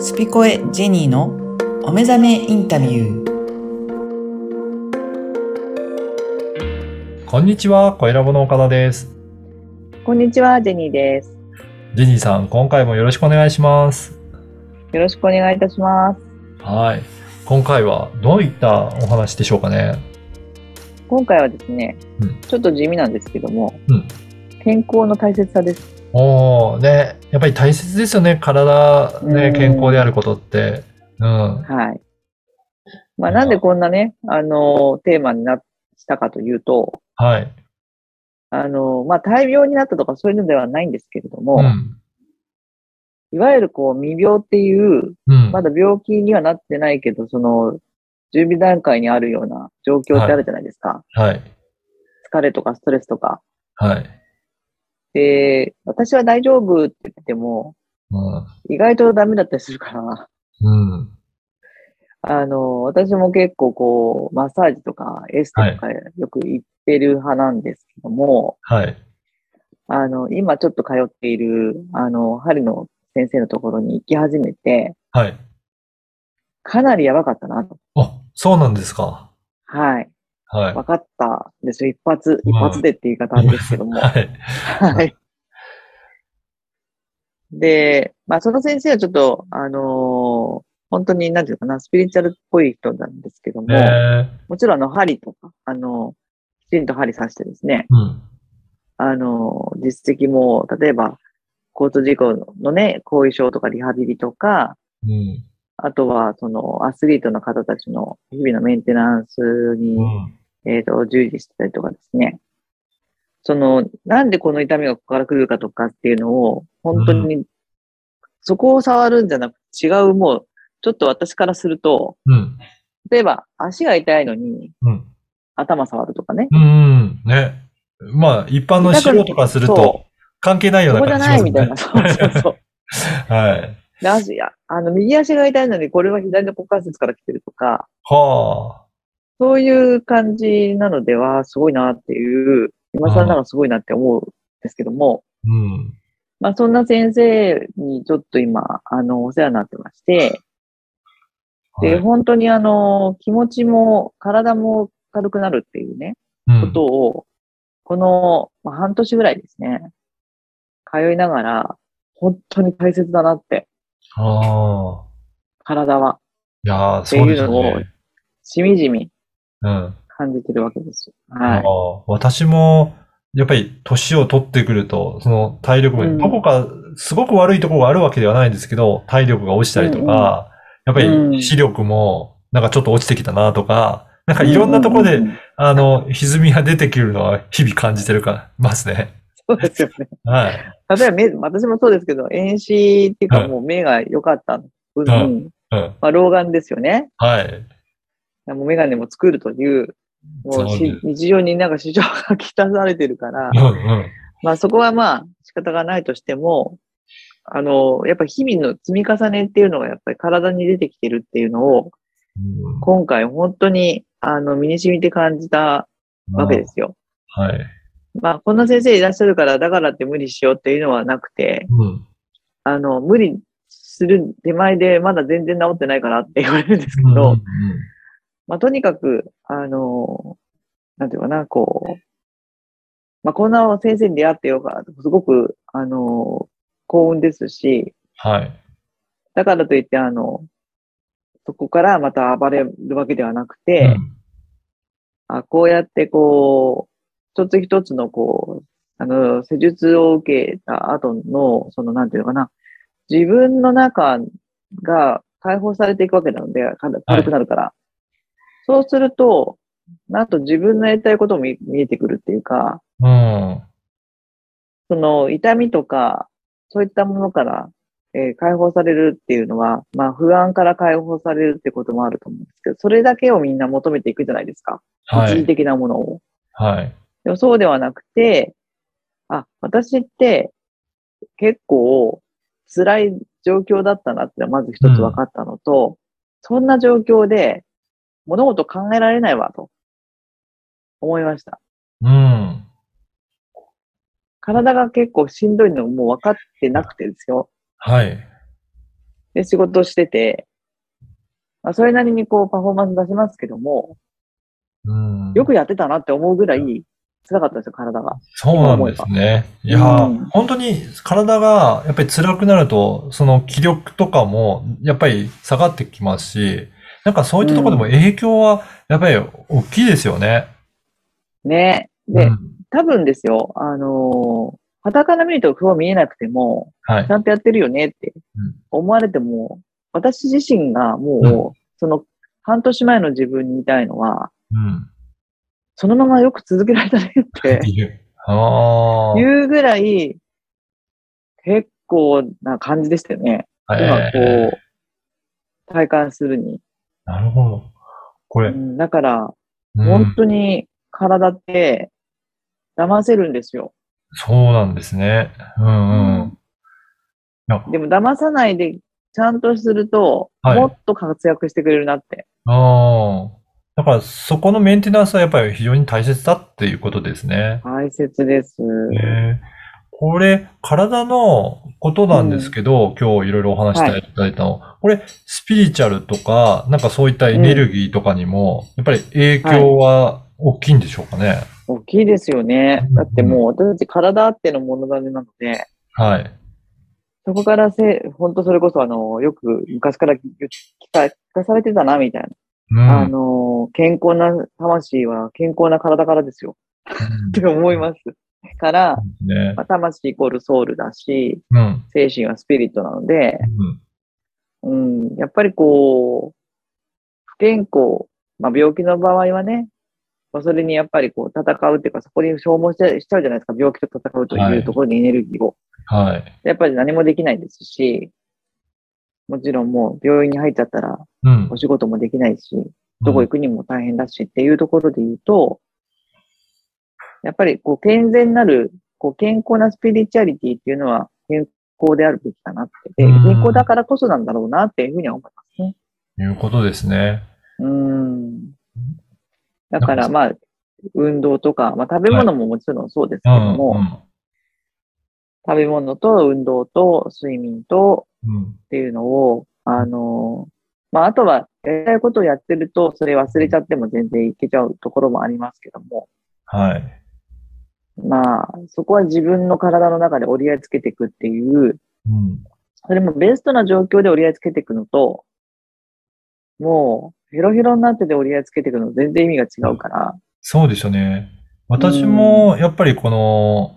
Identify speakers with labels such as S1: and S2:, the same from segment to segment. S1: スピコエジェニーのお目覚めインタビュー。
S2: こんにちは、小ラボの岡田です。
S3: こんにちは、ジェニーです。
S2: ジェニーさん、今回もよろしくお願いします。
S3: よろしくお願いいたします。
S2: はい。今回はどういったお話でしょうかね。
S3: 今回はですね、
S2: うん
S3: ちょっと地味なんですけども、
S2: うん
S3: 健康の大切さです。
S2: おお、ね、やっぱり大切ですよね。体、
S3: う
S2: ね、
S3: ん
S2: 健康であることって。うん。
S3: はい。まあ、なんでこんなね、あの、テーマになったかというと、
S2: はい。
S3: あの、まあ、大病になったとかそういうのではないんですけれども、
S2: うん。
S3: いわゆるこう、未病っていう、
S2: うん。
S3: まだ病気にはなってないけど、その、準備段階にあるような状況ってあるじゃないですか。
S2: はい。
S3: 疲れとかストレスとか。
S2: はい。
S3: で、私は大丈夫って言っても、意外とダメだったりするから、
S2: うん。うん。
S3: あの、私も結構こう、マッサージとかエステとかよく行ってる派なんですけども、
S2: はい。
S3: あの、今ちょっと通っている、あの、針の先生のところに行き始めて、
S2: はい。
S3: かなりやばかったなと。
S2: あ、そうなんですか。
S3: はい。
S2: はい。
S3: 分かったんですよ。一発、
S2: うん
S3: 一発でっていう言い方なんですけど も。
S2: はい。
S3: はい。で、まあ、その先生はちょっと、あの本当に、なんていうのかな、スピリチュアルっぽい人なんですけども、
S2: えー、
S3: もちろん、あの、針とか、あの、きちんと針刺してですね、
S2: うん。
S3: あの、実績も、例えば、交通事故のね、後遺症とかリハビリとか、
S2: うん。
S3: あとは、その、アスリートの方たちの日々のメンテナンス
S2: う
S3: に、
S2: ん。
S3: えっ、と、従事してたりとかですね。その、なんでこの痛みがここから来るかとかっていうのを、本当に、そこを触るんじゃなくて、違う、もう、ちょっと私からすると、
S2: うん。
S3: 例えば、足が痛いのに、
S2: うん。
S3: 頭触るとかね。
S2: うん、ね。まあ、一般の素人からする
S3: そ
S2: と、関係ないよ
S3: そうこ
S2: な
S3: じゃ
S2: 感じ
S3: ないみたい
S2: し
S3: な。
S2: ます
S3: そうそう そう。
S2: ね。はい。
S3: で足や、あの、右足が痛いのに、これは左の股関節から来てるとか、
S2: は
S3: そういう感じなのでは、すごいなっていう、今更ながらすごいなって思うんですけども、
S2: あ。うん。
S3: まあ、そんな先生にちょっと今、あの、お世話になってまして、
S2: はい
S3: で、本当にあの、気持ちも体も軽くなるっていうね、
S2: うん
S3: ことを、この、まあ、半年ぐらいですね、通いながら、本当に大切だなって、
S2: ああ。
S3: 体は、
S2: いやー、そうです
S3: っていうのを
S2: ね。
S3: しみじみ
S2: うん。
S3: 感じてるわけですよ。
S2: あ
S3: はい。
S2: ー私も、やっぱり年を取ってくると、その体力も、
S3: うん
S2: どこかすごく悪いところがあるわけではないんですけど、体力が落ちたりとか、やっ
S3: う
S2: ぱり
S3: ん
S2: 視力もなんかちょっと落ちてきたなとか、なんかいろんなところ
S3: う
S2: で
S3: んうんうん。
S2: あの、歪みが出てくるのは日々感じてるから、ますね。
S3: そうですよね。
S2: はい。
S3: 例えば目、私もそうですけど、遠視っていう
S2: は
S3: か
S2: い
S3: もう目が良かった。うん、うん。
S2: はいうん。
S3: まあ、老眼ですよね。
S2: はい。
S3: もうメガネも作るという、もう
S2: そう
S3: し
S2: ね
S3: 日常になんか市場がきたされてるから
S2: う、んうん。
S3: まあそこはまあ仕方がないとしても、あの、やっぱ日々の積み重ねっていうのがやっぱり体に出てきてるっていうのを、
S2: うん
S3: 今回本当に、あの、身に染みて感じたわけですよ。
S2: はい。
S3: まあ、こんな先生いらっしゃるから、だからって無理しようっていうのはなくて、
S2: うん。
S3: あの、無理する手前でまだ全然治ってないからって言われるんですけ
S2: うん
S3: ど、
S2: うん
S3: まあ、とにかく、あの、なんていうかな、こう、まあ、こんな先生に出会ってよか、すごく、あの、幸運ですし、
S2: はい。
S3: だからといって、あの、そこからまた暴れるわけではなくて、
S2: うん
S3: あこうやってこう、一つ一つのこう、あの、施術を受けた後の、その、なんていうのかな、自分の中が解放されていくわけなので、か軽くなるから。そうすると、なんと自分のやりたいことも見見えてくるっていうか、
S2: うん。
S3: その痛みとか、そういったものから、えー解放されるっていうのは、まあ不安から解放されるってこともあると思うんですけど、それだけをみんな求めていくじゃないですか。
S2: は
S3: 一時
S2: い。
S3: 的なものを。
S2: はい。
S3: でもそうではなくて、あ、私って結構辛い状況だったなってのはまず一つ分かったのと、そんな状況で物事考えられないわと思いました。
S2: うん。
S3: 体が結構しんどいのもう分かってなくてですよ。
S2: はい。
S3: で、仕事してて、まあ、それなりにこうパフォーマンス出しますけども、
S2: うん。
S3: よくやってたなって思うぐらい辛かったんですよ、体が。
S2: そうなんですね。いやー、
S3: うん
S2: 本当に体がやっぱり辛くなると、その気力とかもやっぱり下がってきますし、なんかそういったところでも影響はやっぱり大きいですよね。
S3: ね。
S2: う
S3: で、
S2: ん、
S3: 多分ですよ、あのー、肌から見ると不安見えなくても、
S2: はい
S3: ち。ゃんとやってるよねって
S2: うん
S3: 思われても、私自身が
S2: う
S3: もう、その半年前の自分にいたいのは、
S2: うん。
S3: そのままよく続けられたね って
S2: っていう。ああ。
S3: いうぐらい、結構な感じでしたよね。今
S2: えー
S3: こう、体感するに。
S2: なるほど。これ、
S3: う
S2: うん
S3: んだから、本
S2: 本当
S3: 当に体って騙せるんですよ。
S2: そうなんですね。うんうん。なんか
S3: でも騙さないでちゃんとすると、
S2: はい
S3: もっと活躍してくれるなって。
S2: ああ。だからそこのメンテナンスはやっぱり非常に大切だっていうことですね。
S3: 大切です。
S2: ねこれ、体のことなんですけど、今日いろいろお話していただいたの、これ、スピリチュアルとか、なんかそういったエネルギーとかにも、やっぱり影響は大きいんでしょうかね。
S3: 大きいですよね
S2: うん。
S3: だってもう私たち体あってのものだねなので、
S2: はい。
S3: そこからせ、本当それこそあの、よく昔から聞か聞かされてたな、みたいな。
S2: うん。
S3: あの、健康な魂は健康な体からですよ。 って思います。から、
S2: す。ね
S3: ま。あ、魂イコールソウルだし、
S2: うん。うん
S3: 精神はスピリットなので、うん、やっぱりこう、不健康、まあ、病気の場合はね、まあ、それにやっぱりこう戦うっていうか、そこに消耗しちゃしちゃうじゃないですか、病気と戦うと
S2: はいいう
S3: ところにエネルギーを。
S2: はい。
S3: やっぱり何もできないですし、もちろんもう病院に入っちゃったら
S2: うん
S3: お。仕事もできないし、どこ行くにも大変だしっていうところで言うと、やっぱりこう健全なる、こう健康なスピリチュアリティっていうのは健康であるべきだなって。で
S2: うん
S3: 健康だからこそなんだろうなっていうふうには思いますね。
S2: うんいうことですね。
S3: うん。だからまあ、運動とか、まあ食べ物ももちろんそうですけ
S2: う
S3: ど
S2: ん。
S3: も、
S2: う
S3: 食べ物と運動と睡眠と
S2: ん。うん
S3: っていうのを、あの、まあ、あとは、やりたいことをやってると、それ忘れちゃっても全然いけちゃうところもありますけども、
S2: はい。
S3: まあ、そこは自分の体の中で折り合いつけていくっていう、
S2: うん。
S3: それもベストな状況で折り合いつけていくのと、もう、ヘロヘロになってて折り合いつけていくの全然意味が違うから、
S2: そうですよね。私も、やっぱりこの、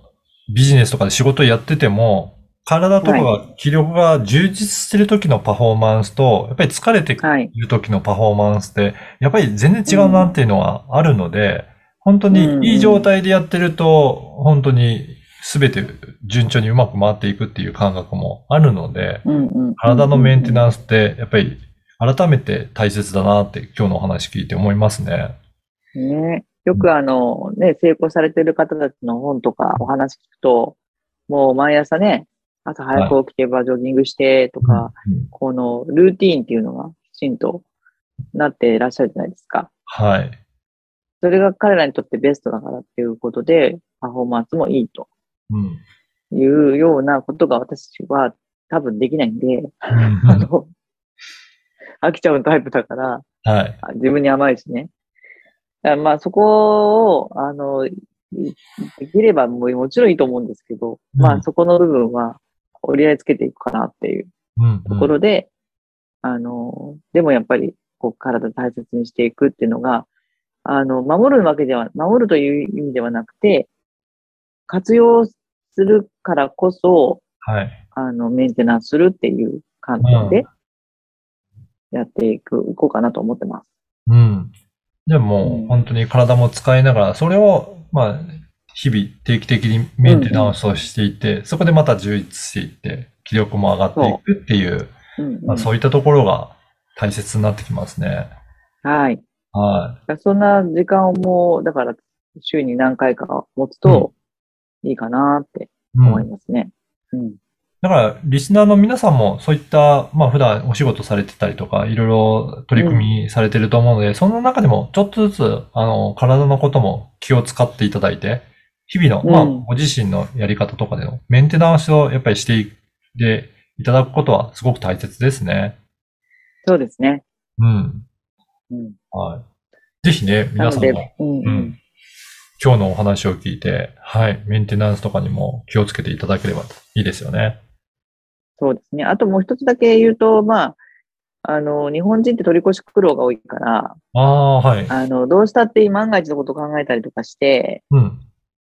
S2: ビジネスとかで仕事やってても、体とかが、気力が充実してる時のパフォーマンスと、やっぱり疲れて
S3: はい。
S2: いる時のパフォーマンスって、やっぱり全然違うなっていうのはあるので、本当
S3: うん
S2: にいい状態でやってると、本当に全て順調にうまく回っていくっていう感覚もあるので、
S3: うんうん。
S2: 体のメンテナ
S3: ンス。
S2: ンスって、やっぱり改めて大切だなって今日のお話聞いて思いますね。
S3: ね。よくあの、ね、成功されてる方たちの本とかお話聞くと、もう毎朝ね、朝早く起きてばジョギングしてとか、
S2: うん
S3: このルーティーンっていうのがきちんとなっていらっしゃるじゃないですか。
S2: はい。
S3: それが彼らにとってベストだからっていうことで、パフォーマンスもいいと
S2: うん。
S3: いうようなことが私は多分できないんで、あの、飽きちゃうタイプだから、
S2: はい。
S3: あ自分に甘いしね。だからまあそこを、あの、いできればもうもちろんいいと思うんですけど、
S2: うん
S3: まあそこの部分は折り合いつけていくかなっていう
S2: うん、
S3: ところで、あの、でもやっぱり、こう、体大切にしていくっていうのが、あの、守るわけでは、守るという意味ではなくて、活用するからこそ、
S2: はい。
S3: あの、メンテナンスするっていう観点で、やっていく、いこうかなと思ってます。
S2: うん。でも
S3: う
S2: う、
S3: ん
S2: 本当に体も使いながら、それを、まあ、日々定期的にメンテナンスをしていて、そこでまた充実していって、気力も上がっていくっていう、
S3: うん、うん
S2: まあ、そういったところが大切になってきますね。
S3: はい。だ
S2: は
S3: からそんな時間をもう、だから、週に何回か持つと、いいかなって
S2: い。うん
S3: 思いますね。うん。
S2: だから、リスナーの皆さんも、そういった、まあ、普段お仕事されてたりとか、いろいろ取り組みされてると思うので、その中でも、ちょっとずつ、あの、体のことも気を使っていただいて、日々の、まあ、
S3: うん
S2: ご自身のやり方とかでのメンテナンスをやっぱりしていっていただくことはすごく大切ですね。
S3: そうですね。
S2: うん。
S3: うん。
S2: はい。ぜひね、皆さんも、
S3: うん
S2: う。ん。今日のお話を聞いて、はい。メンテナンスとかにも気をつけていただければいいですよね。
S3: そうですね。あともう一つだけ言うと、まあ、あの、日本人って取り越し苦労が多いから、
S2: ああ、はい。
S3: あの、どうしたって万が一のことを考えたりとかして、
S2: うん。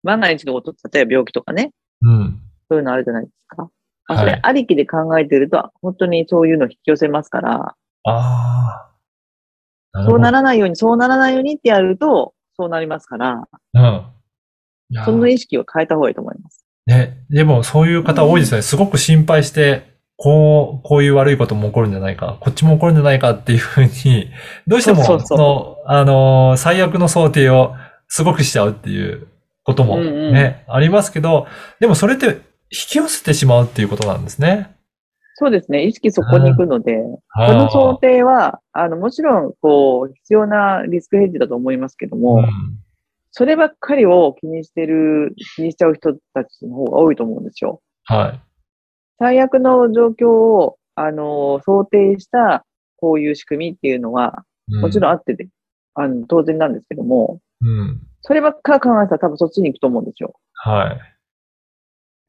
S3: 万が一のこと、例えば病気とかね、
S2: うん。
S3: そういうのあるじゃないですか。まあ
S2: はい
S3: それありきで考えてると、本当にそういうの引き寄せますから、
S2: ああ。なる
S3: そ
S2: ほ
S3: う
S2: ど
S3: ならないように、そうならないようにってやると、そうなりますから、
S2: うん。いやー
S3: その意識を変えた方がいいと思います。
S2: ね、でもそういう方多いですね。すごく心配して、こう、こういう悪いことも起こるんじゃないか、こっちも起こるんじゃないかっていうふうに、 どうしても、
S3: そうそうそう
S2: の、あのー、最悪の想定をすごくしちゃうっていうことも
S3: うん
S2: ね、
S3: うん
S2: ありますけど、でもそれって引き寄せてしまうっていうことなんですね。
S3: そうですね。意識そこに行くので、
S2: こ
S3: この想定は、あの、もちろん、こう、必要なリスクヘッジだと思いますけども、そればっかりを気にしてる、気にしちゃう人たちの方が多いと思うんですよ。
S2: はい。
S3: 最悪の状況を、あの、想定した、こういう仕組みっていうのは、もちろんあってて、あの、当然なんですけども、
S2: ん。うん。
S3: そればっかり考えたら多分そっちに行くと思うんですよ。
S2: はい。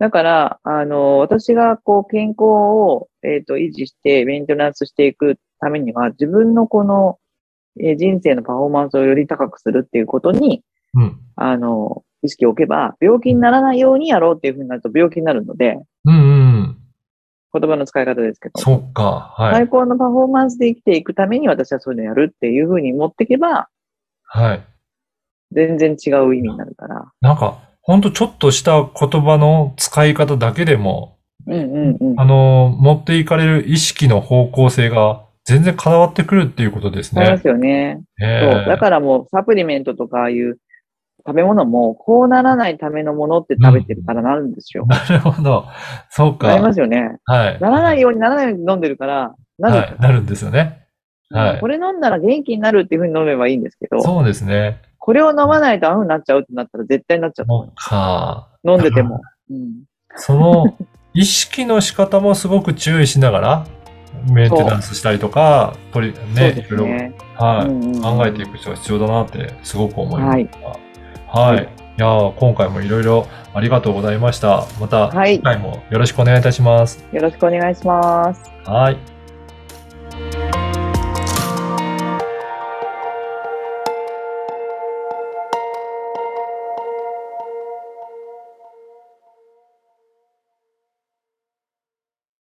S3: だから、あの、私がこう、健康を、えっ、と、維持して、メンテナンスしていくためには、自分のこの、えー人生のパフォーマンスをより高くするっていうことに、
S2: うん。
S3: あの、意識を置けば、病気にならないようにやろうっていうふうになると病気になるので、
S2: うんうん。
S3: 言葉の使い方ですけど、
S2: そっか。はい
S3: 最。高のパフォーマンスで生きていくために私はそういうのやるっていうふうに持っていけば、
S2: はい。
S3: 全然違う意味になるから。
S2: なんか、ほんとちょっとした言葉の使い方だけでも、
S3: うんうんうん。
S2: あの、持っていかれる意識の方向性が全然変わってくるっていうことです
S3: なりま
S2: ね。
S3: すよね。
S2: え
S3: そう。だ
S2: ら、
S3: からもうサプリメントとかああいう食べ物も、こうならないためのものって食べてるからなるんですよ。
S2: なるほど。そうか。
S3: なりますよね。
S2: はい。
S3: ならないよ
S2: よ
S3: うにならないように飲んでるから、なるんです
S2: はい。
S3: よ
S2: なるんですよね。はい
S3: これ飲んだら元気になるっていうふうに飲めばいいんですけど、
S2: そうですね。
S3: これを飲まないとああいうふうになっちゃうってなったら絶対になっちゃうと思
S2: そううか。
S3: 飲んでて も。うん、
S2: そ の意識の仕方もすごく注意しながら、メンテナンスしたりとか、これ
S3: そう
S2: ね、
S3: で
S2: い
S3: す
S2: ろいろ、
S3: ね。
S2: はい、
S3: うんうん
S2: 考えていく必要が必要だなってすごく思いました。はい。
S3: はい
S2: いやー今回もいろいろありがとうございました。また
S3: はい
S2: 次回もよろしくお願いいたします。
S3: よろしくお願いします。
S2: はい。